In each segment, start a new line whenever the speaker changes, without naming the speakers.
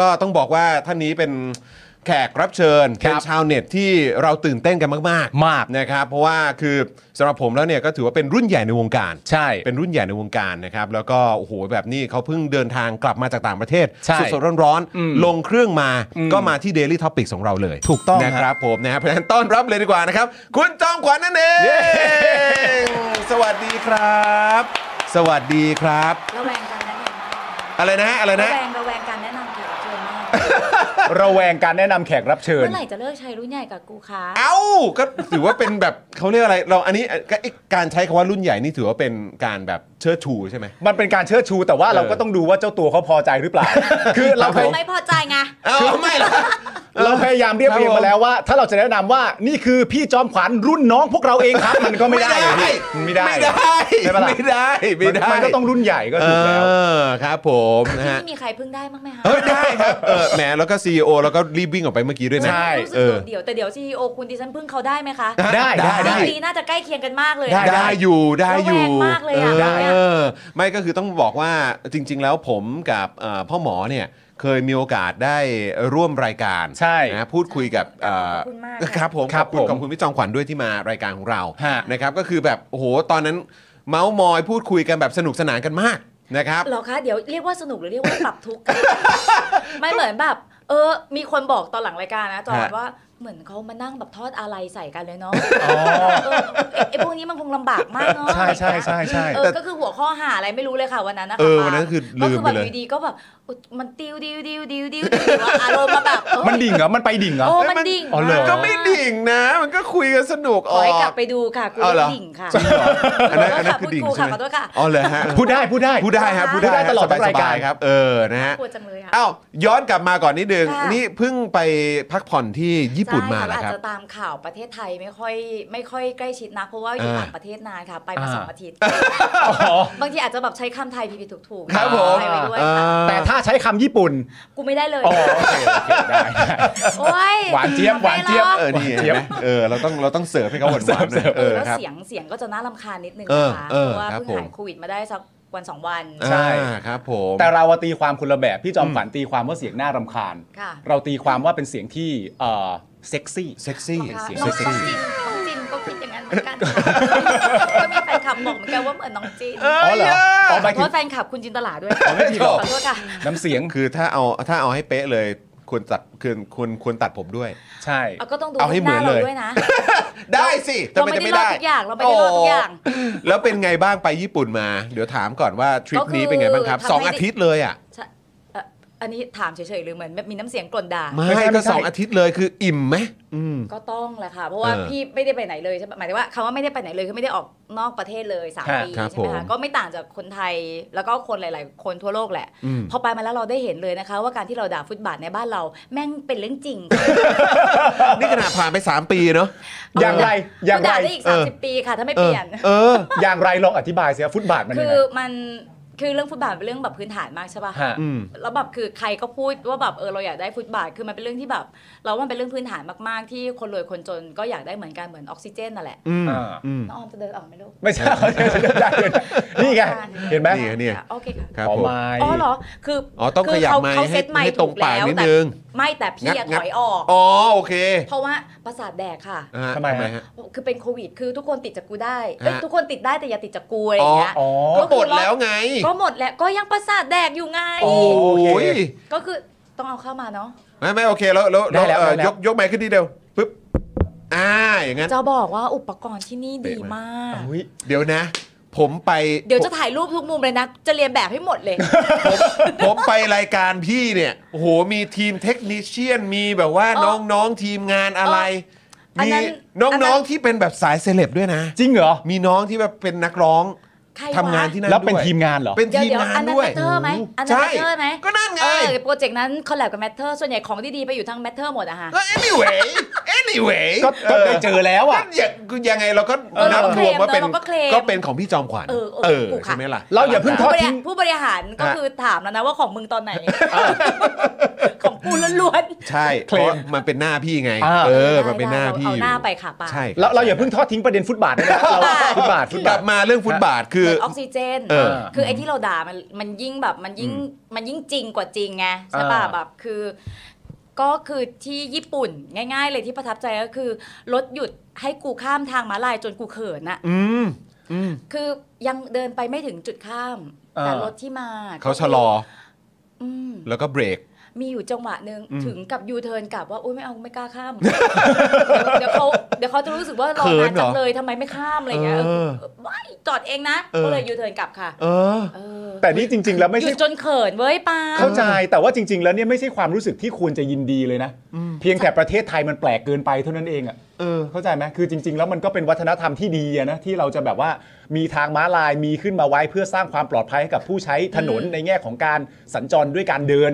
ก็ต้องบอกว่าท่านนี้เป็นแขกรับเชิญ
ครั
เป็น
บ
ชาวเน็ตที่เราตื่นเต้นกันมาก
มาก
นะครับเพราะว่าคือสำหรับผมแล้วเนี่ยก็ถือว่าเป็นรุ่นใหญ่ในวงการ
ใช่
เป็นรุ่นใหญ่ในวงการนะครับแล้วก็โอ้โหแบบนี้เขาเพิ่งเดินทางกลับมาจากต่างประเทศ
ใช่
สดๆร้อน
อืม
ๆ ลงเครื่องมา
อืม
ก็มาที่ Daily t o p i c ของเราเลย
ถูกต้อง
นะ
ฮะ
ครับผมนะฮะเพราะฉะนั้นต้อนรับเลยดีกว่านะครับ คุณจอมขวัญนั่นเอง
เย้
สวัสดีครับ สวัสดีครับ
ระแวงกันแนะน
อะไรนะฮะอะไร
ำระ
นะ
แวงระแวงกันแนะนำเกี่ยวกับเชิญมาก
ระแวงการแนะนำแขกรับเชิญ
เมื่อไหร่จะเลิกใช้รุ่นใหญ่กับกูคะ
เอ้าก็ถือว่าเป็นแบบเขาเรียกอะไรเราอันนี้ก็ไอ้การใช้คำว่ารุ่นใหญ่นี่ถือว่าเป็นการแบบเชิดชูใช่ไหม
มันเป็นการเชิดชูแต่ว่า
เออ
เราก็ต้องดูว่าเจ้าตัวเขาพอใจหรือเปล่า คือเราพย
ไม่พอใจไง
เอ้าไม่ละ
เราพยายามเรียบเรียง
ครับผม
มาแล้วว่า ถ้าเราจะแนะนำว่านี่คือพี่จอมขวัญรุ่นน้องพวกเราเอง ครับ มันก็ไม่ได้เลยพี่ไม่ได้
ไม่ได้
ใช่ปะล่ะ
ไม่ได้ไม่ได้
มันก็ต้องรุ่นใหญ่ก็
เอ
ถูกแล้ว
อครับผมนะ
ที่
ฮะ
นี่มีใครพึ่งได้บ้างไหมคะ
เออได้ครับเออแหมแล้วก็ CEO แล้วก็รีบวิ่งออกไปเมื่อกี้ด้วยนะ
ใช่
รู้สึ
เอก อ
โดดเดี่ยวแต่เดี๋ยวซีโอคุณดิฉันพึ่งเขาได้ไหมคะ
ได้ได้ได้
ดีน่าจะใกล้เคียงกันมากเลย
ได้ได้อยู่ได้อยู่
ระแวงมากเลยอะ
อ
ได้อะ
อไม่ก็คือต้องบอกว่าจริง ๆ แล้วผมกับเอ่อพ่อหมอเนี่ยเคยมีโอกาสได้ร่วมรายการ
ใช่
นะพูดคุยกับเอ่อ
ขอบคุณมาก
ครับผม
ครับ
ขอณ
ผม
ขอบคุณพี่จอมขวัญด้วยที่มารายการของเรา
ฮะ
นะครับก็คือแบบโอ้โหตอนนั้นเมาส์มอยพูดคุยกันแบบสนุกสนานกันมากนะครับ
เหรอคะเดี๋ยวเรียกว่าสนุกหรือเรียกว่าปรับทุกข์กันไม่เหมือนแบบ เออ มีคนบอกตอนหลังรายการนะจอ
ฮะ
นว่าเหมือนเขามานั่งแบบทอดอะไรใส่กันเลยเนาะ
อ๋อ
เออไอ้พวกนี้มันคงลำบากมากเนาะ
ใช่ใช่ใช่ใช่
เออก็คือหัวข้อหาอะไรไม่รู้เลยค่ะวันนั้นนะคะ
เออ
ปาล์ม
วันนั้นคือลืม
ก็คือแบ
ไป
บ
เลย
อยู่ดีก็แบบอุ๊ยมันติวดิวดิวดิวดิวดิวอะอารมณ์มาแบบเออ
มันดิ่งเหรอ มันไปดิ่งเหรอ
โอ้มันดิ่ง
อ๋อเหรอ
าก
ก็ไม่ดิ่งนะ มันก็คุยกันสนุก
ข
อ
อ
อ
ให้กลั
ก
บไปดูค่ะกู
เอาเหรอ
ดิ่งค่ะ
อันนั้นอันนั้นคือดิ่ง
ขโทษ
ใช่ไหม
ค่ะขอโทษค่ะ
อ๋อเหรอฮะ
พูดได้พูดได้
พูดได้ฮะพูด
พูดได้
ได้ฮะ
ตลอด
สบาย
ทั้งรายการ
สบครับ เออนะฮะ
กลัวจังเลยอะ
อ้าวย้อนกลับมาก่อนนิดนึง
ค่ะ
นี่เพิ่งไปพักผ่อนที่ญี่ปุ่นมา
ใช่
เหรอ
อาจ
ครับ
จะตามข่าวประเทศไทยไม่ค่อยไม่ค่อยใกล้ชิดนะเพราะว่าอยู่
อ่า
ต่างประเทศนานค่ะ ไปมา
อ่า
สองอาทิตย์
อ๋อ
บางทีอาจจะแบบใช้คำไทยผิดๆถูกๆ
ครับผม
ไทยไปด้วย
อ่า
ค่ะ
แต่ถ้าใช้คำญี่ปุ่น
กูไม่ได้เลย
อ๋อโอเคโอเคได้ได้
โอ้ย
หวานเจี๊ยบหวานเจี๊ยบ
ไม่หรอก
เออนี่เห็นไหมเออเราต้องเราต้องเสิร์ฟให้เขาหวานๆหน่อย
เอ
เอ
อ
อ
แล้ว
ครับ
เสียงเสียงก็จะน่ารำคาญนิดนึง
เออ
นะคะ
เออ
เพราะว่า
ครับผม
เพิ่งหายโควิดมาได้สักวันสองวัน
ใช่
อ่าครับผม
แต่เราอะตีความคนละแบบ พี่จอมขวัญตีความว่าเสียงน่ารำคาญ
ค่ะ
เราตีความว่าเป็นเสียงที่เอ่อเซ็กซี่
เซ็กซี่
นะคะ
เสียง
น้อง
เซ็ก
จิน
ซี่
น้องจินก็คิดอย่างนั้นเหมือนกันค่ะ ก็มีแฟนคลับบอกเหมือนกันว่าเหมือนน้องจิน
อ๋อเหรออ๋อห
ข
มา
อย โท
ถึง
ษแฟนคลับคุณจินตลาด้วย
อ๋อไม่ผิดหรอก
ขอโทษค่ะ
น้ำเสียง
คือถ้าเอาถ้าเอาให้เป๊ะเลยควรตัดควรควรควรตัดผมด้วย
ใช่
เอาก็ต้องดู
เอาให้เหมือนเลย
าราด้วยนะ
ได้สิแต่
เรา
น
ไม่
จะ
ได้รอดทุกอย่างเราไม่ได้รอดทุกอย่าง
โแล้วเป็นไงบ้างไปญี่ปุ่นมา เดี๋ยวถามก่อนว่าทริปนี้เป็นไงบ้างครับ
ก็คือ
สอง
ทำให้
อาทิตย์เลยอ่ะ
ใช่เอ่ออันนี้ถามเฉยๆหรือเหมือนแบบมีน้ำเสียงกลนด่า
ไม่
ไม่ใช่
ก็
ไม่ใช่
สองอาทิตย์เลยคืออิ่ม ไหมอืม
ก็ต้องแหละค่ะ เพราะว่า
เออ
พี่ไม่ได้ไปไหนเลยใช่ไหมหมายถึงว่าคำว่าไม่ได้ไปไหนเลยคือไม่ได้ออกนอกประเทศเลยสาม
ครับ
ปี
ครับ
ใช่ไหม
ผ
คะ
ม
ก็ไม่ต่างจากคนไทยแล้วก็คนหลาย ๆ คนทั่วโลกแหละ
อืม
พอไปมาแล้วเราได้เห็นเลยนะคะ ว่าการที่เราด่าฟุตบาทในบ้านเราแม่งเป็นเรื่องจริง
นี่ขนาดผ่านไป 3 ปีเนาะ
อย่างไรอย่างไร
ก็ด่าได้อีก
เออ
30 ปีค่ะ ถ้าไม่
เอ
เป
อ
ลี่ยน
เออ
อย่างไรลองอธิบายสิฟุตบาทมัน
คื
ยัง
อ
ไง
มันคือเรื่องฟุตบาทเป็นเรื่องแบบพื้นฐานมากใช่ปะ
ฮะ
อืม
แล้วแบบคือใครก็พูดว่าแบบเออเราอยากได้ฟุตบาทคือมันเป็นเรื่องที่แบบเราว่ามันเป็นเรื่องพื้นฐานมาก ๆ ที่คนรวยคนจนก็อยากได้เหมือนกันเหมือนออกซิเจนนั่นแหละ
อืม
อ่า
อืม
น้องออมจะเดินออกไหมลูก
ไม่ใช่ เขาจะได้เดินนี่ไงเห็นไหม
นี่ไง
ค่ะโอเคค่ะ
ครับ
ขอ
ผม
ไม้
อ๋อเหรอ คือ
อ๋อต้องขยับ
เขา
ไม้
เขา
ให้
เซ็ตไม้
ให้ตรงปากนิดนึง
ไม่แต่พี่อะ
งั
ถ
บ
อยออก
อ๋อโอเค
เพราะว่าประสาทแดกค่ะ
อ่า
ทำไมฮะ
ฮะ
คือเป็นโควิด คือทุกคนติดจากกูได้เอ้ย
ฮะ
ทุกคนติดได้แต่อย่าติดจากกูอะไรอย่างเงี้ย
อ๋อ
ก็หมดแล้วไง
ก็หมดแล้วก็ยังประสาทแดกอยู่ไง
โอ้
โอ้ย
ก็คือต้องเอาเข้ามาเนาะ
ไม่ไม่โอเคแล้วแล้วแล้ว
ได้แล้ว
เอ่อ
ได้แล้ว
ยกยกไม้ขึ้นนิดเดียวปึ๊บอ่าอย่างงั้น
จะบอกว่าอุปกรณ์ที่นี่ดี
เป๊ะมาม
าก ก
อุ๊ย
เดี๋ยวนะ ผมไป
เดี๋ยวจะถ่ายรูปทุกมุมเลยนะ จะเรียนแบบให้หมดเลย
ผมไปรายการพี่เนี่ยโอ้โหมีทีมเทคนิชเชียนมีแบบว่า
เออ
น้องๆทีมงานอะไร
เอออัน
มี
นั้นอันนั้
น้อง
น
ๆที่เป็นแบบสายเซเลบด้วยนะ
จริงเหรอ
มีน้องที่แบบเป็นนักร้อง
ใครวะ
ทำงานที่นั่น
แล้วเป็น
ด้วย
ทีมงานเหรอ
เป็น
เดี๋ยว
ทีม
เดี๋ยว
งาน
อันนั้น
ด้วย
แมทเตอร์ไหมอันนั้น
ใช่
แมทเตอร์ไหม
ก็นั่นไง
เออโปรเจกต์นั้นคอลแลบกับแมทเตอร์ส่วนใหญ่ของดีๆ ไปอยู่ทั้งแมทเตอร์หมดอะฮะ
ก็ anyway anyway
ก็ก็ได้เจอแล้วอ่ะ
ย่างยังไงเราก็
เออ
นับ
เราก็
รวมว่า
เคลม
เป็น
เราก็เคลม
ก็เป็นของพี่จอมขวัญ
เออเออถูกค่ะ
ใช่ไหมล่ะ
เราอย่าเพิ่งท
ผู้
อด
บริหาร
ทิ้ง
ผู้บริหารก็
ฮะ
คือถามแล้วนะว่าของมึงตอนไหน ของกูล้วนๆ
ใช่เพ
เคลม
ราะมันเป็นหน้าพี่ไง
อ่า
เออ
ได้
มันเป็นหน้า
ได้
พี่
เอา
อยู่
หน้าไปค่ะปา
ใช่
เราเราอย่าเพิ่งทอดทิ้งประเด็นฟุตบาทนะครับเราฟุตบาทฟุต
ก
บา
ลั
ท
บมาเรื่องฟุตบาทคือ
เหมือนออกซิเจน
เออ
คือไอ้ที่เราด่ามันมันยิ่งแบบมันยิ่งมันยิ่งจริงกว่าจริงไงใช่ป่ะ
อ่า
แบบคือ ก็คือที่ญี่ปุ่นง่าย ๆ เลยที่ประทับใจก็คือรถหยุดให้กูข้ามทางม้าลายจนกูเขินอะ
อืมอืม
คือยังเดินไปไม่ถึงจุดข้าม แต่รถที่มา
เขาชะลอ
อืม
แล้วก็เบรก
มีอยู่จังหวะหนึ่ง
อืม
ถึงกับยูเทิร์นกลับว่าโอ๊ยไม่เอาไม่กล้าข้าม เดี๋ยวเขาเดี๋ยวเขาจะรู้สึกว่ารอนานจังเลยทำไมไม่ข้ามอะไรอย่างเงี้ย
เออ
ว้ายจอดเองนะ
เออ
ก็เลยยูเทิร์นกลับค่ะ
เออ
เออ
แต่นี่จริง ๆ แล้วไม่
หยุ
ใช่
ดจนเขินเว้ยปา
เข้าใจแต่ว่าจริง ๆ แล้วเนี่ยไม่ใช่ความรู้สึกที่ควรจะยินดีเลยนะ เพียงแต่ประเทศไทยมันแปลกเกินไปเท่านั้นเองอ่ะ
เออ
เข้าใจไหมคือจริง ๆ แล้วมันก็เป็นวัฒนธรรมที่ดีอะนะที่เราจะแบบว่ามีทางม้าลายมีขึ้นมาไว้เพื่อสร้างความปลอดภัยให้กับผู้ใช้ถนนในแง่ของการสัญจรด้วยการเดิน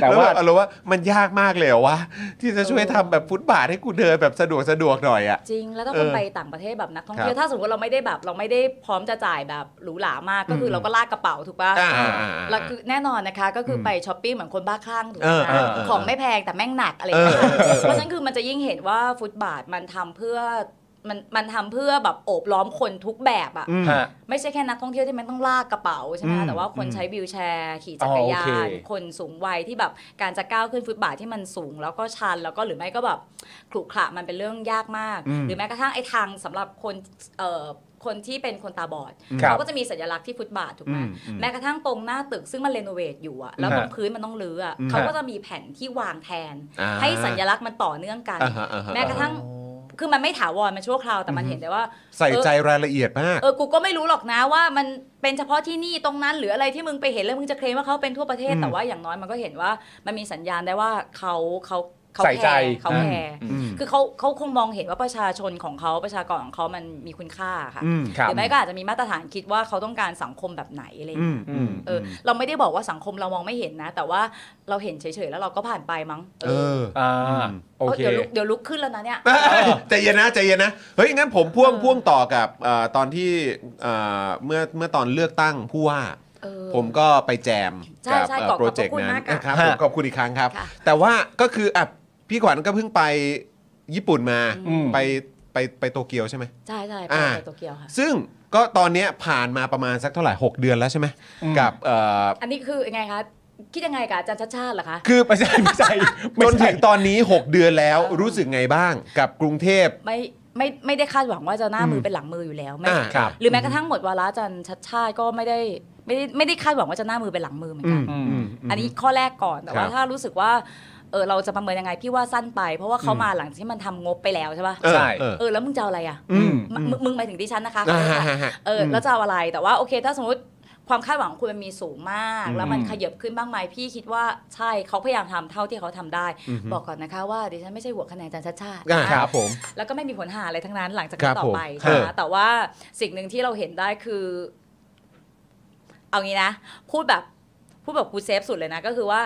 แต่
แล้ว
ว่า
แบบอารมณ์ว่ามันยากมากเลยเหรอวะที่จะช่วยทำแบบฟุตบาทให้กูเดินแบบสะดวกสะดวกหน่อยอ่ะ
จริงแล้วถ้า
เอ
ค
อน
ไปต่างประเทศแบบนักท่องเที่
ค
ย
รั
ว
บ
ถ้าสมมติเราไม่ได้แบบเราไม่ได้พร้อมจะจ่ายแบบหรูหรามากก็คือเราก็ลากกระเป๋าถูกป่ะ
อ่าอ่าอ่าอ่า
แล้วคือแน่นอนนะคะก็คือไปช้อปปิ้งเหมือนคนบ้าคลั่งถูก
เออ
ไหม
เออเออ
ของไม่แพงแต่แม่งหนักอะไรอย่างเงี้ย
เออเออเออ
เพราะฉะนั้นคือมันจะยิ่งเห็นว่าฟุตบาทมันทำเพื่อมันมันทำเพื่อแบบโอบล้อมคนทุกแบบอ่ะ
อืม
ไม่ใช่แค่นักท่องเที่ยวที่มันต้องลากกระเป๋าใช่ไหม
อืม
แต่ว่าคนใช้วิวแชร์ขี่จักรยา
อ๋อโอน เค
คนสูงวัยที่แบบการจะก้าวขึ้นฟุตบาทที่มันสูงแล้วก็ชัน แล้วก็หรือไม่ก็แบบขรุขระมันเป็นเรื่องยากมาก
อืม
หรือแม้กระทั่งไอ้ทางสำหรับคนเอ่อคนที่เป็นคนตาบอด
ครับ
เขาก็จะมีสัญลักษณ์ที่ฟุตบาทถูกไหม
อืมอืม
แม้กระทั่งตรงหน้าตึกซึ่งมันเรโนเวทอยู่อะแล้วตรง
ฮะ
พื้นมันต้องรื้ออะ
อืม
เขาก็จะมีแผ่นที่วางแทน
อ่า
ให้สัญลักษณ์มันต่อเนื่องกัน
อ่าฮะอ่าฮะ
แม้กระทั่งคือมันไม่ถาวรมันชั่วคราวแต่มันเห็นได้ว่า
ใส่ใจรายละเอียดมาก
เออ กูก็ไม่รู้หรอกนะว่ามันเป็นเฉพาะที่นี่ตรงนั้นหรืออะไรที่มึงไปเห็นแล้วมึงจะเคลมว่าเขาเป็นทั่วประเทศ
อืม
แต่ว่าอย่างน้อยมันก็เห็นว่ามันมีสัญญาณได้ว่าเขาเขาเขา
ใส่ใจ
แคร์เขาแคร์
อืม
คือเขาเขาคงมองเห็นว่าประชาชนของเขาประชากรของเขามันมีคุณค่าค่ะ
อืม
ครั
ห
บ
รือไม่ก็อาจจะมีมาตรฐานคิดว่าเขาต้องการสังคมแบบไหนอะไรอย่าง
อืม
เงี้ย
อืม
เออเราไม่ได้บอกว่าสังคมเรามองไม่เห็นนะ แต่ว่าเราเห็นเฉยๆแล้วเราก็ผ่านไปมั้ง
เออ
อ่าโอ
เออ
เค
เดี๋ยวลุกเดี๋ยวลุกขึ้นแล้วนะเนี่ย
เอ้ ยใจเย็นนะใจเย็นนะเฮ้ยงั้นผมพ่วง
เออ
พ่วงต่อกับเอ่อตอนที่เอ่อเมื่อเมื่อตอนเลือกตั้งผู้ว่า
เออ
ผมก็ไปแจม
ใช่
กั
ใช่
เอ่อ
ขอบ
โปรเจกต์
ขอบคุณ
นั้น
มากค่ะ
นะครับผม
ค่ะ
ขอบคุณอีกครั้งครับ
ค่ะ
แต่ว่าก็คืออ่ะพี่ขวัญก็เพิ่งไปญี่ปุ่นมา
อืม
ไปไปไปโตเกียวใช่ไหม
ใช่ใช่ไป
อ่า
ไปโตเกียวค่ะ
ซึ่งก็ตอนเนี้ยผ่านมาประมาณสักเท่าไหร่ 6 เดือนแล้วใช่ไหม
อืม
กับเอ่อ
อันนี้คือยังไงคะคิดยังไงกับอาจารย์ชัดชาติเหรอคะ
คือ
ไม่ใช่ไม่ใช่ไม่
จน
ใช่
ถึงตอนนี้ 6 เดือนแล้วรู้สึกไงบ้าง กับกรุงเทพ
ไม่ไม่ไม่ได้คาดหวังว่าจะหน้ามือเป็นหลังมืออยู่แล้วไม่
อ่าครับ
หรือแม้กระทั่งหมดวาระอาจันชัดชาติก็ไม่ได้ไม่ได้ไม่ได้คาดหวังว่าจะหน้ามือเป็นหลังมือเหมือนกัน
อืม
อันนี้ข้อแรกก่อนแต่
ค
ว่า
รับ
ถ้ารู้สึกว่าเออเราจะประเมินยังไงพี่ว่าสั้นไป เพราะว่าเขา
อืม
มาหลังที่มันทำงบไปแล้วใช่ป่ะ
เออ
ใช่
เออ
เออแล้วมึงจะเอาอะไรอ่ะ
อืม
มึงมึงมึงหมายถึงดิฉันนะคะ
อ่าฮะฮะฮะ
เออแล้วจะเอาอะไรแต่ว่าโอเคถ้าสมมติความคาดหวังของคุณมันมีสูงมาก แล้วมันขยับขึ้นบ้างไหมพี่คิดว่าใช่เขาพยายามทำเท่าที่เขาทำได้
อือฮึ
บอกก่อนนะคะว่าดิฉันไม่ใช่หัวคะแนนอาจารย์ชัดชาติ
อ่าครับผม
แล้วก็ไม่มีผลหาอะไรทั้งนั้นหลังจาก
ครั
นี้
บ
ต่อไป
ผม
ใช่ไหม
เออ
แต่ว่าสิ่งหนึ่งที่เราเห็นได้คือ เอางี้นะ พูดแบบพูดแบบกูเซฟสุดเลยนะ ก็คือว่า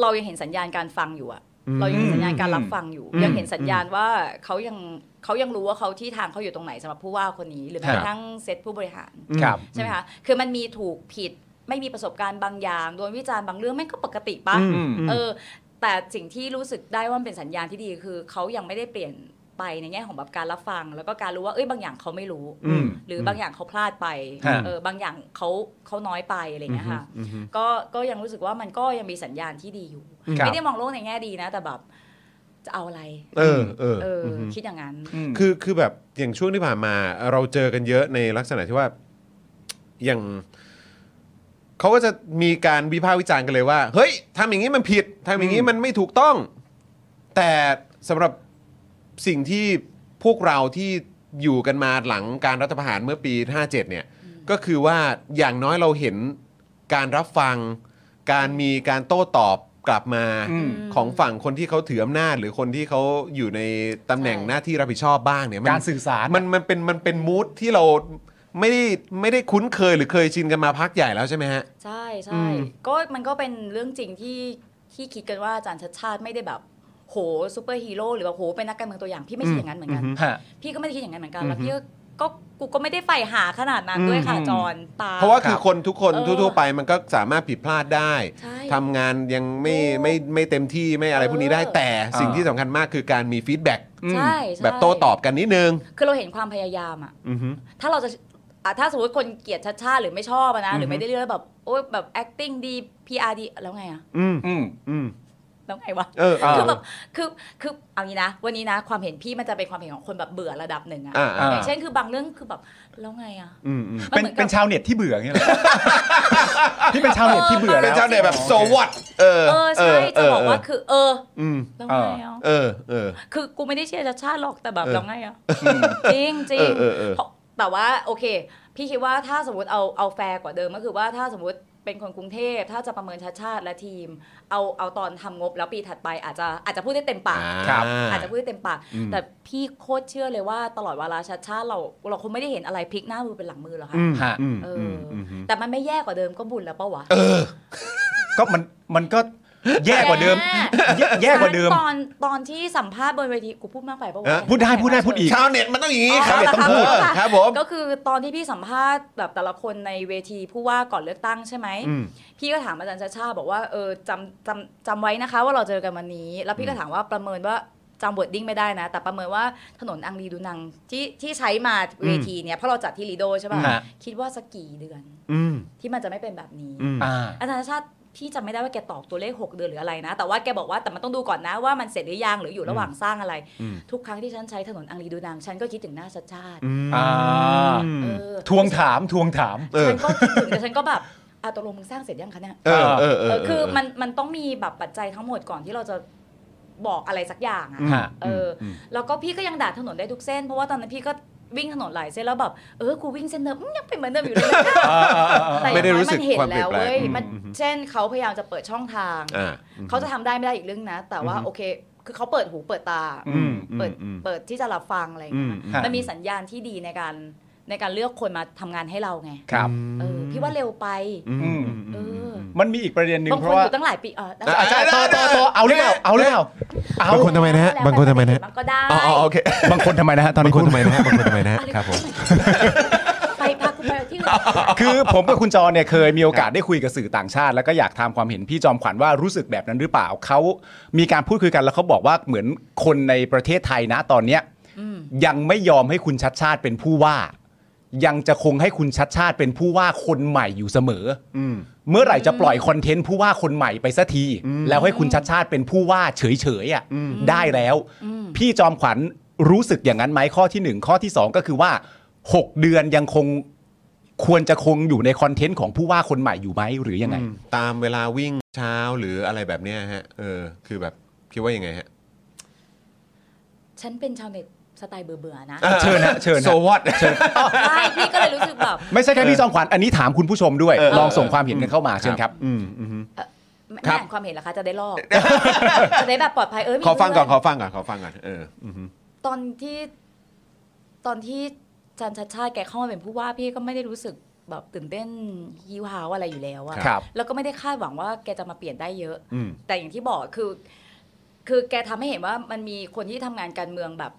เรายังเห็นสัญญาณการฟังอยู่อะเรายังเห็นสัญญาณการรับฟังอยู่
อืม
ยังเห็นสัญญาณว่าเขายังเขายังรู้ว่าเขาที่ทางเขาอยู่ตรงไหนสำหรับผู้ว่าคนนี้ หรือแม้
ค
ก
รับ
ระทั่งเซตผู้บริหาร
ครับ
ใช่ไหมคะคือมันมีถูกผิดไม่มีประสบการณ์บางอย่างโดนวิจารณ์บางเรื่องแม่งก็ปกติปะ
อืม
เออแต่สิ่งที่รู้สึกได้ว่ามันเป็นสัญญาณที่ดีคือเขายังไม่ได้เปลี่ยนไปในแง่ของแบบการรับฟัง แล้วก็การรู้ว่าเอ้ยบางอย่างเขาไม่รู้
อืม
หรือบางอย่างเขาพลาดไป
ครับ
เออบางอย่างเขาเขาน้อยไปอะไรอย่างเงี้ยค่ะ
อือฮึ
ก็ก็ยังรู้สึกว่ามันก็ยังมีสัญญาณที่ดีอยู่
ครับ
ไม่ได้มองโลกในแง่ดีนะ แต่แบบจะเอาอะไร
เออเออ
เออ
อฮึ
คิดอย่างนั้น
คื
คื
อ
อคือแบบอย่างช่วงที่ผ่านมาเราเจอกันเยอะในลักษณะที่ว่าอย่างเขาก็จะมีการวิพากษ์วิจารณ์กันเลยว่า เฮ้ยทำอย่างนี้มันผิดทำอย่างนี้มันไม่ถูกต้อง แต่สำหรับสิ่งที่พวกเราที่อยู่กันมาหลังการรัฐประหารเมื่อปี 57 เนี่ย ก็คือว่าอย่างน้อยเราเห็นการรับฟัง การมีการโต้ตอบกลับมา
อืม
ของฝั่งคนที่เขาถืออำนาจ หรือคนที่เขาอยู่ในตำแหน่ง
ใช่
หน้าที่รับผิดชอบบ้างเนี่ยมัน
การสื่อสาร
มันมันเป็นมันเป็นมูทที่เราไม่ได้ไม่ได้คุ้นเคยหรือเคยชินกันมาพักใหญ่แล้วใช่ไหมฮะ
ใช่
อื
ใช่
ม
ก็มันก็เป็นเรื่องจริงที่ที่คิดกันว่าอาจารย์ชัดชาติไม่ได้แบบโหซูเปอร์ฮีโร่หรือว่าโหเป็นนักการเมืองตัวอย่างพี่ไม่ใช่อย่างนั้นเหมือนกัน
อือฮึ
ฮะ
พี่ก็ไม่ได้คิดอย่างนั้นเหมือนกัน
อือฮึ
แล้วพี่ก็ ก็กูก็ไม่ได้ใฝ่หาขนาดนั้นด้วยค่ะ
อืม
จอนตาม
เพราะว่าคือคนทุกคน
เออ
ทั่วๆไปมันก็สามารถผิดพลาดได้
ใช่
ทำงานยังไม่
ถูก
ไม่ไม่เต็มที่ไม่อะไรพวกนี้ได้
เออ
แต่สิ่งที่สำคัญมากคือการมีฟีดแบ็ก
ใช่ใช่
แบบโต้ตอบกันนิดนึง
คือเราเห็นความพยายามอะ
อือฮึ
ถ้าเราจะอ่ะถ้าสมมติคนเกลียดชัดชาติหรือไม่ชอบอะนะ หรื
อ
อ
ฮึ
ไม่ได้เลือกแบบโอ้ยแบบ acting ดี PR ดีแล้วไงอะ
อืม
อืม
อืม
แล้วไงวะ
เออเออ
คือแบบคือคือเอางี้นะ วันนี้นะ ความเห็นพี่มันจะเป็นความเห็นของคนแบบเบื่อระดับหนึ่งอะ
อ่าอ่า
อย่างเช่นคือบางเรื่องคือแบบแล้วไงอะ
อืมอืม
เป็น
มัหมือกั
เป็นชาวเน็ตที่เบื่ออย่างเงี้ยเหรอ ที่เป็นชาวเน็ตที่เบื่อ
เป็
แล้
น
ว
ชาวเน็ตแบบ so
โอเค
what เออ
เออใช่จะบอกว่าคือ เออ
เออเอออืม
แล้วไงอะ
เออเออ
คือกูไม่ได้เชียร์ชาติชาติหรอกแต่แบบ
เออ
แล้วไงอะ
อืม
จริงจริ
เอง อเออเออ
เพราะแต่ว่าโอเค พี่คิดว่าถ้าสมมติเอาเอาแฟร์กว่าเดิมก็คือว่าถ้าสมมติเป็นคนกรุงเทพถ้าจะประเมินชาติชาติและทีม เอาเอาตอนทำงบแล้วปีถัดไปอาจจะอาจจะพูดได้เต็มปาก
ครับ
อาจจะพูดได้เต็มปาก
อืม
แต่พี่โคตรเชื่อเลยว่าตลอดเวลาชาติชาติเราเราคงไม่ได้เห็นอะไรพลิกหน้ามือเป็นหลังมือหรอกค่ะ
อืม
ฮะ
อืม
เอ
อื
อ
ม
อ
อืม
แต่มันไม่แย่กว่าเดิมก็บุญแล้วปะวะ
ก็มันมันก็แย่กว่าเดิม แย่แย่กว่าเดิม
ตอนตอนที่สัมภาษณ์บนเวทีกูพูดมากไปปะวะ
พูดได้พูดได้พูดอีก
ชาวเน็ตมันต้องอย่างนี้
อ๋อ
ครับ
เหรอคะ
ครับผม
ก็คือตอนที่พี่สัมภาษณ์แบบแต่ละคนในเวทีผู้ว่าก่อนเลือกตั้งใช่ไหม
อืม
พี่ก็ถามอาจารย์ชาชาบอกว่าเออจำจำจำไว้นะคะ ว่าเราเจอกันวันนี้ แล้วพี่ก็ถามว่าประเมินว่าจำบทดิ้งไม่ได้นะ แต่ประเมินว่าถนนอังรีดูนังที่ที่ใช้มาเวทีเนี่ยเพราะเราจัดที่ลีโดใช่
ฮะ
ป่ะคิดว่าสักกี่เดือน
อืม
ที่มันจะไม่เป็นแบบนี้
อืม
อ่า
อาจารย์ชาติพี่จำไม่ได้ว่าแกตอบตัวเลข 6 เดือนหรืออะไรนะ แต่ว่าแกบอกว่าแต่มันต้องดูก่อนนะว่ามันเสร็จหรือยังหรืออยู่ระหว่างสร้างอะไร
อืม
ทุกครั้งที่ฉันใช้ถนนอังรีดูนังฉันก็คิดถึงหน้าชาชาติ
อืม
อ่า
เออ
ทวงถามทวงถาม
เออ
ฉันก็คิดถึงแต่ฉันก็แบบอาตกลงมึงสร้างเสร็จยังคะเนี่ย
เออเออเอ
เอ
อ
อคือมันมันต้องมีแบบปัจจัยทั้งหมดก่อนที่เราจะบอกอะไรสักอย่างอะ
ฮะ
เอออ แล้วก็พี่ก็ยังด่าถนนได้ทุกเส้น เพราะว่าตอนนั้นพี่ก็วิ่งถนนหลายเส้นแล้วแบบเออกูวิ่งเส้นเดิมอืมยังเป็นเหมือนเดิมอยู่เลยนะ
อ่าอ่าอ่า
แต่
ไม่ได้รู้สึก
นเห็น
ความเปลี่ย
แล้
น
ว
แปลง
เว้ย
อืม
มัน
อืม
เช่นเขาพยายามจะเปิดช่องทาง
อ่า
เขาจะทำได้ไม่ได้อีกเรื่องนะ แต่ว่าโอเค คือเขาเปิดหูเปิดตา
อื
อืม
เปิด
อืม
เปิดที่จะรับฟังอะไรอย่าง
อืม
เงี้ย
อืม
มันมีสัญญาณที่ดีในการในการเลือกคนมาทำงานให้เราไง
ครับ
เออพี่ว่าเร็วไป
อืมอืม
เออ
มันมีอีกประเด็นหนึ่ง
บาง
เพ
คน
ราะ
อ
ว่า
ยู่ตั้งหลายปีเออ
อาจารย์ต่อต่อต่อเอาหรือเปล่าเอาหรือเปล่าเอา
บางคนทำไมนะฮะบางคนทำไมนะฮะ
มันก็ได้
อ๋ออ๋อโอเค
บางคนทำไมนะฮะตอน
บาง
นี้
คน
คุณ
ทำไมนะฮะบางคนทำไมนะฮะ
อะไร
ครับผม
ไปพาคุณไปที่อื่ น
คือผมกับคุณจรเนี่ยเคยมีโอกาสได้คุยกับสื่อต่างชาติ แล้วก็อยากถามความเห็นพี่จอมขวัญว่ารู้สึกแบบนั้นหรือเปล่าเขามีการพูดคุยกันแล้วเขาบอกว่าเหมือนคนในประเทศไทยนะตอนเนี้ย
อืม
ยังไม่ยอมให้คุณชัดชาติเป็นผู้ว่า ยังจะคงให้คุณชัดชาติเป็นผู้ว่าคนใหม่อยู่เสมอ
อืม
เมื่อไหร่จะปล่อยคอนเทนต์ผู้ว่าคนใหม่ไปสักที แล้วให้คุณชัดชาติเป็นผู้ว่าเฉยๆอ่ะได้แล้ว พี่จอมขวัญรู้สึกอย่างนั้นไหมข้อที่หนึ่งข้อที่สองก็คือว่า 6 เดือนยังคงควรจะคงอยู่ในคอนเทนต์ของผู้ว่าคนใหม่อยู่ไหมหรือยังไง
ตามเวลาวิ่งเช้าหรืออะไรแบบเนี้ยฮะ เออ คือแบบคิดว่ายังไงฮะ
ฉันเป็นชาวเน็ตสไตล์เบื่อๆนะ
เชิญ ฮะเชิญฮะ
โซวอต
ใช่พี่ก็เลยรู้สึกแบบ
ไม่ใช่แค่พี่จอมขวัญอันนี้ถามคุณผู้ชมด้วย
เออ
ลองส่งความเห็นกันเข้ามาเชิญครับ
อืมอืม
ไม่
ครับ
อ่านความเห็นเหรอคะจะได้ล อก จะได้แบบปลอดภัยเออมี
ขอฟังก่อนข
เพื่
อฟังก่อนขอฟังก่อนเอออืม
ตอนที่ ตอนที่จันชัดชาติแกเข้ามาเป็นผู้ว่าพี่ก็ไม่ได้รู้สึกแบบตื่นเต้นฮิวฮาวอะไรอยู่แล้วอะ
ครับ
แล้วก็ไม่ได้คาดหวังว่าแกจะมาเปลี่ยนได้เยอะ
อืม
แต่อย่างที่บอกคือ คือแกทำให้เห็นว่ามันมีคนที่ทำงานการเมืองแบบ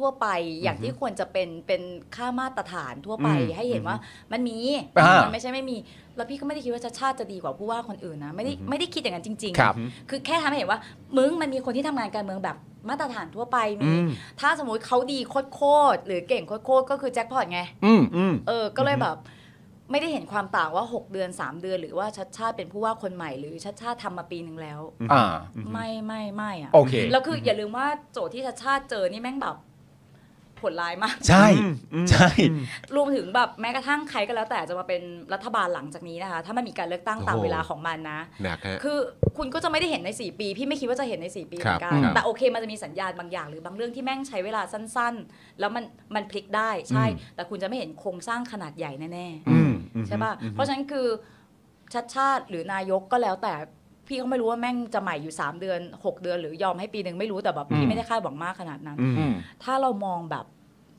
ทั่วๆไป อย่างที่ควรจะเป็นเป็นค่ามาตรฐานทั่วไป
อืม
ให้เห็นว่ามันมี
อ่ามั
มันไม่ใช่ไม่มี แล้วพี่ก็ไม่ได้คิดว่าชาติชาติจะดีกว่าผู้ว่าคนอื่นนะไม่ได้ไม่ได้คิดอย่างนั้นจริง
ครับ
ๆคือแค่ทำให้เห็นว่ามึงมันมีคนที่ทำงานการเมืองแบบมาตรฐานทั่วไป
อื
มี
ม
ถ้าสมมุติเขาดีโคตรๆหรือเก่งโคตรๆก็คือแจ็คพอตไง
อืม
อืม
เออ ก็เลยแบบ ไม่ได้เห็นความต่างว่า 6 เดือน 3 เดือน หรือว่าชัดชาติเป็นผู้ว่าคนใหม่หรือชัดชาติทำมาปีหนึ่งแล้ว
อ่า
ไม่ไม่ไม่อะ
โอเค
แล้วคืออย่าลืมว่าโจทย์ที่ชัดชาติเจอนี่แม่งแบบผลร้ายมาก
ใช่ ใช่
รวมถึงแบบแม้กระทั่งใครก็แล้วแต่จะมาเป็นรัฐบาลหลังจากนี้นะคะ ถ้ามันมีการเลือกตั้งตาม
โอ้โห
เวลาของมันนะ
หนักฮะ
คือคุณก็จะไม่ได้เห็นใน 4 ปี พี่ไม่คิดว่าจะเห็นใน 4 ปีเหมือนกั
ครั
น
บครับ
แต่โอเคมันจะมีสัญญาณบางอย่าง หรือบางเรื่องที่แม่งใช้เวลาสั้น ๆ แล้วมันมันพลิกได้ใช่
อืม
แต่คุณจะไม่เห็นโครงสร้างขนาดใหญ่แน่
อืม
ๆใช่ป่ะเพราะฉะนั้นคือชัดชาติหรือนายกก็แล้วแต่พี่ก็ไม่รู้ว่าแม่งจะใหม่อยู่ 3 เดือน 6 เดือนหรือยอมให้ปีหนึ่งไม่รู้แต่แบบ
อื
พี่
ม
ไม่ได้คาดหวังมากขนาดนั้น
อืม
อืม
ถ้าเรามองแบบ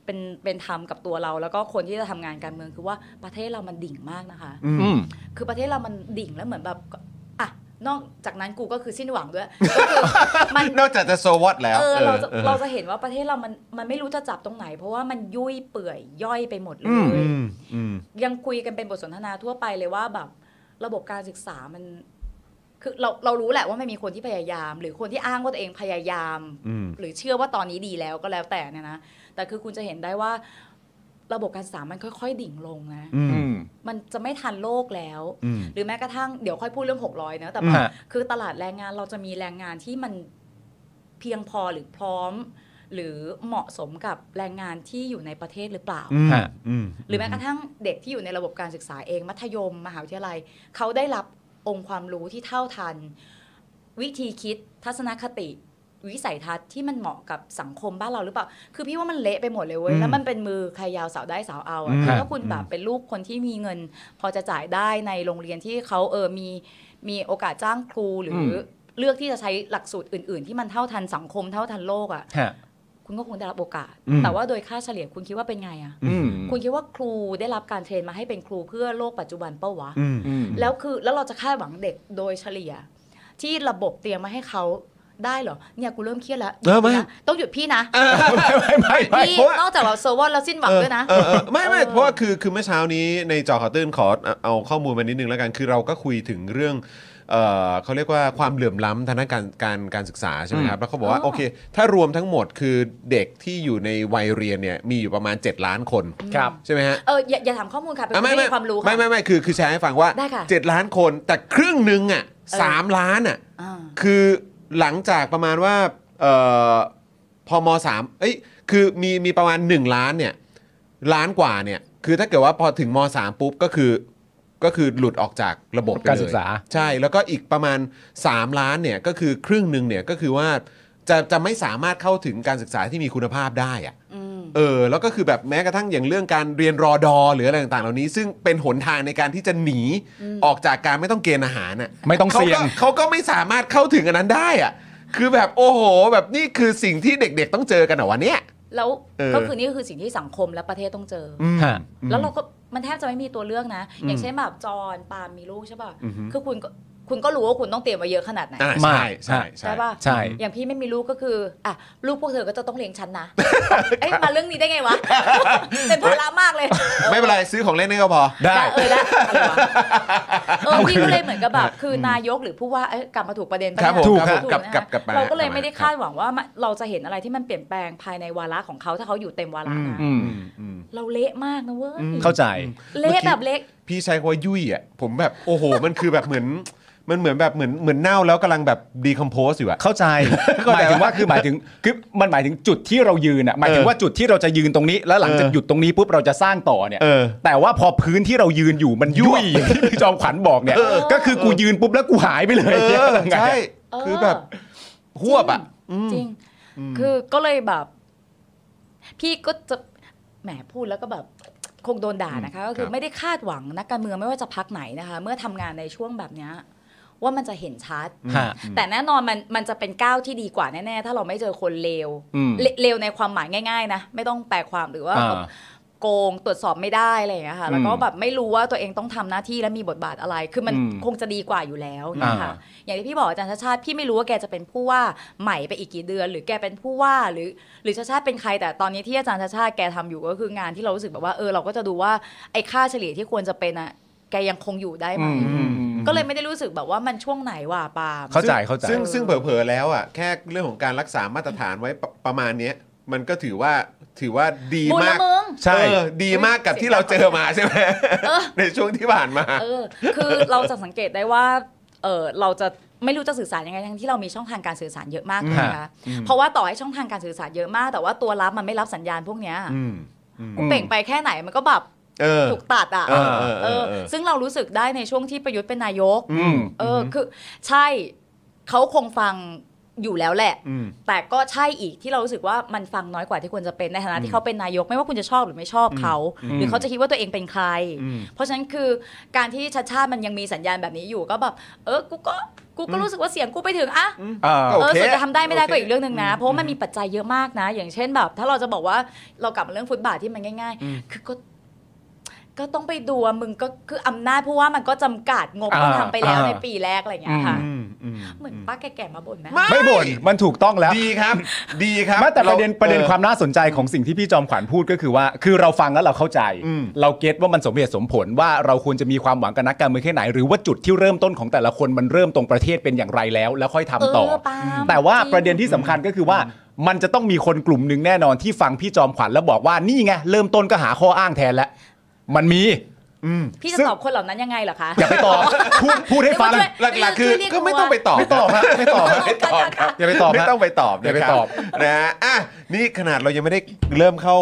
เป็นเป็นธรรมกับตัวเรา แล้วก็คนที่จะทำงานการเมืองคือว่าประเทศเรามันดิ่งมากนะคะ
อืม
คือประเทศเรามันดิ่งแล้วเหมือนแบบก็อ่ะ นอกจากนั้นกูก็คือสิ้นหวัง ด้วยก็คือมัน
นอกจากจะโซวัตแล้ว
เออเราจะ
ออ
เราจะเห็นว่าประเทศเรามันมันไม่รู้จะจับตรงไหน เพราะว่ามันยุ่ยเปื่อยย่อยไปหมดเล
อืม
ย
อืมอืม
ยังคุยกันเป็นบทสนทนาทั่วไปเลยว่าแบบระบบการศึกษามัน คือเราเรารู้แหละว่ามันมีคนที่พยายาม หรือคนที่อ้างว่าตัวเองพยายาม
อืม
หรือเชื่อว่าตอนนี้ดีแล้วก็แล้วแต่เนี่ยนะแต่คือคุณจะเห็นได้ว่า ระบบการศึกษามันค่อย ๆ ดิ่งลงนะ
อืม
อืม
มันจะไม่ทันโลกแล้ว
อืม
หรือแม้กระทั่งเดี๋ยวค่อยพูดเรื่อง 600เนอะแต่
อืม
ว่า
ฮะ
คือตลาดแรงงานเราจะมีแรงงานที่มันเพียงพอหรือพร้อม หรือเหมาะสมกับแรงงานที่อยู่ในประเทศหรือเปล่า
อืม
ฮะ
อืม
หรือแม้กระทั่งเด็กที่อยู่ในระบบการศึกษาเองมัธยม มหาวิทยาลัย เขาได้รับองค์ความรู้ที่เท่าทัน วิธีคิดทัศนคติ วิสัยทัศน์ที่มันเหมาะกับสังคมบ้านเราหรือเปล่า คือพี่ว่ามันเละไปหมดเลยเว้ยแล้วมันเป็นมือใครยาวสาวได้สาวเอาอะ
อืม
คือถ้าคุณแบบเป็นลูกคนที่มีเงิน พอจะจ่ายได้ในโรงเรียนที่เขาเออมีมีโอกาสจ้างครูหรืออเลือกที่จะใช้หลักสูตรอื่น ๆ ที่มันเท่าทันสังคมเท่าทันโลกอะ
ฮะ
คุณก็คงได้รับโอกาส แต่ว่าโดยค่าเฉลี่ยคุณคิดว่าเป็นไงอะ
อืม
คุณคิดว่าครูได้รับการเทรนมาให้เป็นครูเพื่อโลกปัจจุบันเป้าวะ
อืม
อืม
แล้วคือแล้วเราจะคาดหวังเด็กโดยเฉลี่ย ที่ระบบเตรียมมาให้เขาได้เหรอ เนี่ยกูเริ่มเครียดแล้วหยุดนะต้องหยุดพี่นะ
ไม่ไม่ไม่
พี่นอกจากเราเซอร์วอนเราสิ้นหวังด้วยนะ
เออเออไม่ไม่
เออ
เพราะว่าคือคือเมื่อเช้านี้ในจอข่าวตื่นขอเอาข้อมูลมานิดนึงแล้วกันคือเราก็คุยถึงเรื่องเอ่อเขาเรียกว่าความเหลื่อมล้ำทางด้านการการการศึกษาใช่ไหมครับแล้วเขาบอกว่าโอเค ถ้ารวมทั้งหมดคือเด็กที่อยู่ในวัยเรียนเนี่ยมีอยู่ประมาณ 7 ล้านคน
ครับ
ใช่ไหมฮะ
เอออย่าอย่าถามข้อมูลค่ะเป็นค
อ่ะ
นที่มีความรู้ค่ะ
ไม่ไม่ไม่คือคือแชร์ให้ฟังว่า
ได้ค่ะ
7 ล้านคนแต่ครึ่งหนึ่งอ่ะ
เออ
สามล้านอ่ะ
อ่า
คือหลังจากประมาณว่าเอ่อพมสามเอ้ยคือมีมีประมาณ 1 ล้านเนี่ยล้านกว่าเนี่ยคือถ้าเกิดว่าพอถึงมสามปุ๊บก็คือก็คือหลุดออกจากระบบไปเลย
การศึกษา
ใช่แล้วก็อีกประมาณ 3 ล้านเนี่ยก็คือครึ่งหนึ่งเนี่ยก็คือว่าจะจะไม่สามารถเข้าถึงการศึกษาที่มีคุณภาพได้อะ
อืม
เออแล้วก็คือแบบแม้กระทั่งอย่างเรื่องการเรียนรอดอหรืออะไรต่างๆ เหล่านี้ ซึ่งเป็นหนทางในการที่จะหนีออกจากการไม่ต้องเกณฑ์อาหารน่ะ
ไม่ต้องเสี่ยง
ขาก็เขาก็ไม่สามารถเข้าถึงอันนั้นได้อ่ะคือแบบโอ้โห แบบนี่คือสิ่งที่เด็กๆต้องเจอกันเหรอวะเนี่ย
แล้ว
เออ
ก็คือนี่คือสิ่งที่สังคมและประเทศต้องเจออ
อืม
ฮะ
แล้วเราก็มันแทบจะไม่มีตัวเลือกนะ อย่างเช่นแบบจอนปาล์มมีลูกใช่ป่ะ
อือฮึ
คือคุณก็คุณก็รู้ว่าคุณต้องเตรียมมาเยอะขนาดไหน
อ่า
มา
ใช่ใช่ใช่
ใช่ป่ะ
ใช่
อย่างพี่ไม่มีลูกก็คืออ่ะลูกพวกเธอก็จะต้องเลี้ยงฉัน นะ เอ้ยมาเรื่องนี้ได้ไงวะ เป็นภาระมากเลย
ไม่เป็นไรซื้อของเล่นนี่ก็พอ
ได้
เออได้อะไรวะเออพี่ก็เลยเหมือนกับแบบคือนายกหรือผู้ว่าเอ้ยกลับมาถูกประเด็นปะ
ครับ
เนี่ย
ผม
ถูกครับ
กลับ
นะ
กลับกลับมา
เราก็เลยไม่ได้
กลับมา
คาดหวังว่ามันเราจะเห็นอะไรที่มันเปลี่ยนแปลงภายในวาระของเขาถ้าเขาอยู่เต็มวาระนะ
อืม
อืมอืม
เราเละมากนะเว้ย
เข้าใจ
เมื่อกี้
เละแบบเละ
พี่ใช้คำว่ายุ่ยอ่ะผมแบบโอ้โห มันคือแบบเหมือนมันเหมือนแบบเหมือนเหมือนเน่าแล้วกำลังแบบดีคอมโพสอยู่อ่ะ
เข้าใจ หมายถึงว่าคือหมายถึงคือมันหมายถึงจุดที่เรายืนอ่ะหมายถึงว่าจุดที่เราจะยืนตรงนี้ แล้วหลังจาก
เออ
หยุดตรงนี้ปุ๊บเราจะสร้างต่อเนี่ย
เออ
แต่ว่าพอพื้นที่เรายืนอยู่มันยุ่ยอย่างที่พี่จอมขวัญบอกเนี่ย
เออ
ก็คือกูยืนปุ๊บแล้วกูหายไปเลย
เอ
เนี่ย
อ
ทำไง
ใช่
เออ
คือแบบหวบอ่ะ
จริง คือก็เลยแบบ พี่ก็จะแหมพูดแล้วก็แบบคงโดนด่านะคะ ก็
ค
คือ
รับ
ไม่ได้คาดหวังนักการเมืองไม่ว่าจะพักไหนนะคะ เมื่อทำงานในช่วงแบบเนี้ยว่ามันจะเห็นชัด
ฮะ
แต่แน่นอนมันมันจะเป็นก้าวที่ดีกว่าแน่ ๆ ถ้าเราไม่เจอคนเลว
อืม
เลเลวในความหมายง่าย ๆ นะ ไม่ต้องแปลความหรือว่า
อ่า
แบบโกงตรวจสอบไม่ได้อะไรอย่างเงี้ยค่ะแล้วก็
อืม
แบบไม่รู้ว่าตัวเองต้องทำหน้าที่และมีบทบาทอะไร คือมัน
อืม
คงจะดีกว่าอยู่แล้วนะคะ
อ่า
อย่างที่พี่บอกอาจารย์ชาติชาติพี่ไม่รู้ว่าแกจะเป็นผู้ว่าใหม่ไปอีกกี่เดือน หรือแกเป็นผู้ว่าหรือ หรือชาติชาติเป็นใคร แต่ตอนนี้ที่อาจารย์ชาติชาติแกทำอยู่ก็คืองานที่เรารู้สึกแบบว่าเออเราก็จะดูว่าไอ้ค่าเฉลี่ยที่ควรจะเป็นอะแกยังคงอยู่ได้ไหม
อืมอืมอืม
ก็เลยไม่ได้รู้สึกแบบว่ามันช่วงไหนว่ะปาล์ม
เข้าใจเข้าใจ
ซึ่ง
เออ
ซึ่งเผลอๆแล้วอ่ะแค่เรื่องของการรักษามาตรฐานไว้ปะประมาณเนี้ยมันก็ถือว่าถือว่าดี
บุญ
มา
ละ
ก
มึง
ใช่
เออดีมากกับที่เราเจอมาใช่ไหม ในช่วงที่ผ่านมา
เออ คือเราจะสังเกตได้ว่า เออเราจะไม่รู้จะสื่อสารยังไงทั้งที่เรามีช่องทางการสื่อสารเยอะมากเลยนะคะ เพราะว่าต่อให้ช่องทางการสื่อสารเยอะมาก แต่ว่าตัวรับมันไม่รับสัญญาณพวกเนี้ย
อืม
อืม
เปล่งไปแค่ไหนมันก็แบบ
เออ
ถูกตัดอ่ะ
เออเออเออ
เออ
เออ
ซึ่งเรารู้สึกได้ในช่วงที่ประยุทธ์เป็นนายก
อืม
เออ คือใช่เขาคงฟังอยู่แล้วแหละ
อืม
แต่ก็ใช่อีกที่เรารู้สึกว่ามันฟังน้อยกว่าที่ควรจะเป็นในฐานะที่เขาเป็นนายกไม่ว่าคุณจะชอบหรือไม่ชอบเขา หรือเขาจะคิดว่าตัวเองเป็นใคร
อืม
เพราะฉะนั้นคือการที่ชาติชาติมันยังมีสัญญาณแบบนี้อยู่ก็แบบเออกูก็กูก็รู้สึกว่าเสียงกูไปถึงอะ
อ่า
โอ
เออ
เค
ส่วนจะทำได้ไม่ได้
โอเค
ก็อีกเรื่องหนึ่งนะ เพราะว่ามันมีปัจจัยเยอะมากนะ อย่างเช่นแบบ ถ้าเราจะบอกว่าเรากลับมาเรื่องฟุตบาทที่มันง่าย ๆ คือก็ ก็ต้องไปดูว่ามึงก็คืออำนาจผู้ว่ามันก็จำกัดงบมัน
อ่า
ทำไปแล้ว
อ่า
ในปีแรกอะไรอย่างเงี้ยค่ะ
อืมอืม
เหมือนป้าแก่ๆมาบ่นไหม
ไม่
ไม่บ่นมันถูกต้องแล้ว
ดีครับ ดีครับ
ไม่แต่ประเด็น
า
ประเด็น
ออ
ความน่าสนใจของสิ่งที่พี่จอมขวัญพูดก็คือว่า คือเราฟังแล้วเราเข้าใจ
อืม
เราเก็ตว่ามันสมเหตุสมผลว่าเราควรจะมีความหวังกับนักการเมืองแค่ไหน หรือว่าจุดที่เริ่มต้นของแต่ละคนมันเริ่มตรงประเทศเป็นอย่างไรแล้ว แล้วค่อยทำ
เอ
ต่อ
อปาล์ม
แต่ว่าประเด็น
จง
ที่สำคัญก็คือว่ามันจะต้องมีคนกลุ่มหนึ่งแน่นอนที่ฟังพี่จอมขวัญแล้วบอกว่านี่ไงเริ่มต้นก็หาข้ออ้างแทนแล้วมันมี
อืม
พี่จะ
ซึ่ง
ตอบคนเหล่านั้นยังไงเหรอคะ
อย่าไปต อบพูดพูดให้ฟัง
เดี๋ยวมันจะ
หลักๆคือ
เรื่องที่
ก็ไม่ต้องไปตอบ
ไม่ตอบฮะไม่ตอบฮะ
ไม่ตอบครับ
อย่าไปตอบฮะ
ไม่ต้องไปตอบ
อย่าไป
นะครับ
ตอบ
นะฮะอ่ะนี่ขนาดเรายังไม่ได้เริ่มเข้า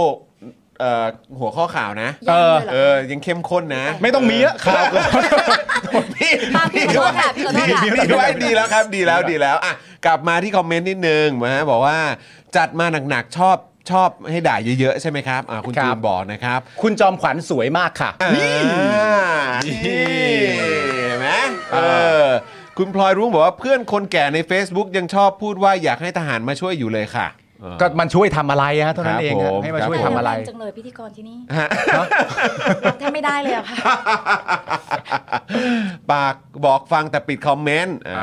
เอ่อหัวข้อข่าวนะ
ยังเลยเหรอ
เออยังเข้มข้นนะ
ไม่ต้องมีอะข่าว
พี่
ปาล์มพี่ขอโทษค่ะพี่ขอโทษค่ะ
ดีดีไว้ดีแล้วครับดีแล้วดีแล้วอ่ะกลับมาที่คอมเมนต์นิดนึงนะฮะบอกว่าจัดมาหนักๆชอบชอบให้ด่าเยอะๆใช่ไหมครับอ่ะคุณ
ครับ
จูนบอกนะครับ
คุณจอมขวัญสวยมากค่ะ
อ่านี่เห็นไหมเออคุณพลอยรุ้งบอกว่าเพื่อนคนแก่ใน Facebook ยังชอบพูดว่าอยากให้ทหารมาช่วยอยู่เลยค่ะ
ก็มันช่วยทำอะไรฮะเท่านั้นเอง
ครั
ฮะ
บผม
ให้มาช่วยทำอะไร
แงจังเลยพิธีกรที่นี่แทบไม่ได้เลยอะค่ะ
ปากบอกฟังแต่ปิดคอมเมนต์อ่า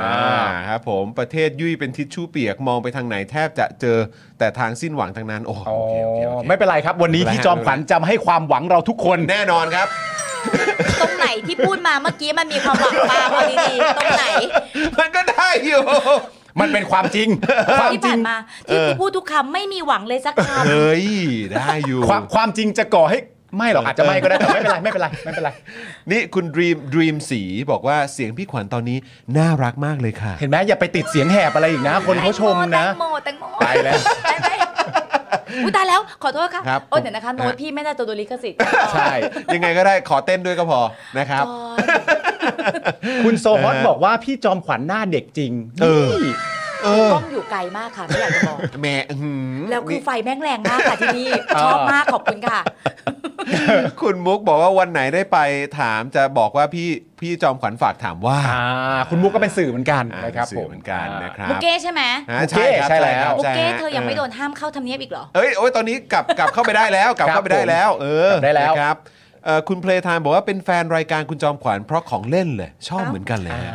อ่า
ครับผมประเทศยุ่ยเป็นทิชชู่เปียกมองไปทางไหนแทบจะเจอแต่ทางสิ้นหวังทางนั้น โอ้โห
อ๋อ
โอเคโอเคโอเค
ไม่เป็นไรครับ วันนี้
ไม่เป็นไร
พี่จอมขวัญจำให้ความหวังเราทุกคน
แน่นอนครับ
ตรงไหนที่พูดมาเมื่อกี้มันมีความหวังปาล์มเอาดีๆตรงไหน
มันก็ได้อยู่
มันเป็นความจริง ความ
ที่
จริ
ผ่าง นมา ที่กูพูดทุกคำไม่มีหวังเลยสักค
เฮ้ย ได้อยู่
ความความจริงจะก่อให้ไม่หรอกอาจจะไม่ก็ได้แต่ไม่เป็นไรไม่เป็นไรไม่เป็นไร
นี่คุณดรีมดรีมสีบอกว่าเสียงพี่ขวัญตอนนี้น่ารักมากเลยค่ะ
เห็นไหมอย่าไปติดเสียงแหบอะไรอีกนะ
ำ
คนเขาชมนะ
แตงโมแตงโม
ตายแล้ว
ตายไหมอุ๊ยตายแล้วขอโทษค่ะ
ครับ
โอ้เดี๋ยวนะคะโน้ตพี่ไม่น่าจะโดนลิขสิทธิ์
ใช่
ยังไงก็ได้ขอเต้นด้วยก็พอนะครับ
จอย
คุณโซฮอตบอกว่าพี่จอมขวัญหน้าเด็กจริง
เออ
นี่
เออก
ล้องอยู่ไกลมากค่ะไม่อยากจะบอก
แหมอื้อหือ
แล้วคือไฟแม่งแรงมากค่ะที่นี่ชอบมากขอบคุณค่ะ
คุณมุกบอกว่าวันไหนได้ไปถามจะบอกว่าพี่พี่จอมขวัญฝากถามว่า
อ่า คุณมุกก็เป็นสื่อเหมือนกัน
อ่า
นะครับ
สื่
ผ
อ
ม
เหมือนกันนะครับ
บุกเก้ใช่ไหม
อ่า
บุกเก้
ใช่ครับ
ใช่แล้ว
บุก
ใช่ฮะ
เก้เธอยังไม่โดนห้ามเข้าทำเนียบอีกเหรอ
เอ้ยโอ้ยตอนนี้กลับกลับเข้าไปได้แล้ว กลับ
ครับ
เข้าไปได้แล้ว เออก
ลับได้แล้ว
นะครับเอ่อคุณเพลทานบอกว่าเป็นแฟนรายการคุณจอมขวัญเพราะของเล่นเลย ชอบ
เอ้า
เหมือนกันเลย
อ่า
ฮะ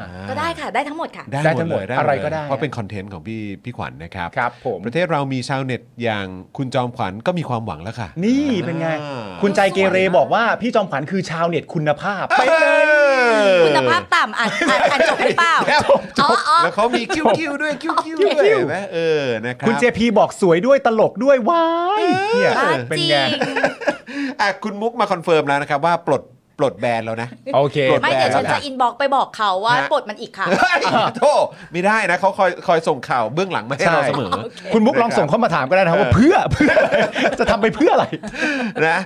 อ่า
ก็ได้ค่ะได้ทั้งหมดค่ะ
ได้หมดเลย
ได้ทั้งหมดอะไรก็ได้
เพราะเป็นคอนเทนต์ของพี่พี่ขวัญนะครับ
ครับผม
ประเทศเรามีชาวเน็ตอย่างคุณจอมขวัญก็มีความหวังแล้วค่ะ
นี่เป็นไง
อ่า
คุณใจเกเรบอกว่าพี่จอมขวัญคือชาวเน็ตคุณภาพ
ไปเลย
คุณภาพต่ำอ่านอ่านอ่านจบหรือเปล่า
แล้ว
อ๋ออ๋อ
แล้วเขามีคิ้วคิ้วๆด้วยคิ้วคิ้วๆด้วย
คิ้วๆ
เห็นไหมเออนะครับ
คุณเจพีบอกสวยด้วยตลกด้วยว้ายเนี่ย
บ้า
เป็น
จริ
ไง
ง
อ่ะคุณมุกมาคอนเฟิร์มแล้วนะครับว่าปลดปลดแบนแล้วนะ
โอเค
กด
ไม่เดี๋ยวฉันจะอินบอกไปบอกเขาว่า
ฮะ
ปลดมันอีกค่ะ
เฮ้ยโทษไม่ได้นะเขาคอยคอยส่งข่าวเบื้องหลังมาให้
ใช่
เราเสมอ
คุณมุกลองส่งเข้ามาถามก็ได้นะครับว่าเพื่อเพื่อ จะทำไปเพื่ออะไร
นะ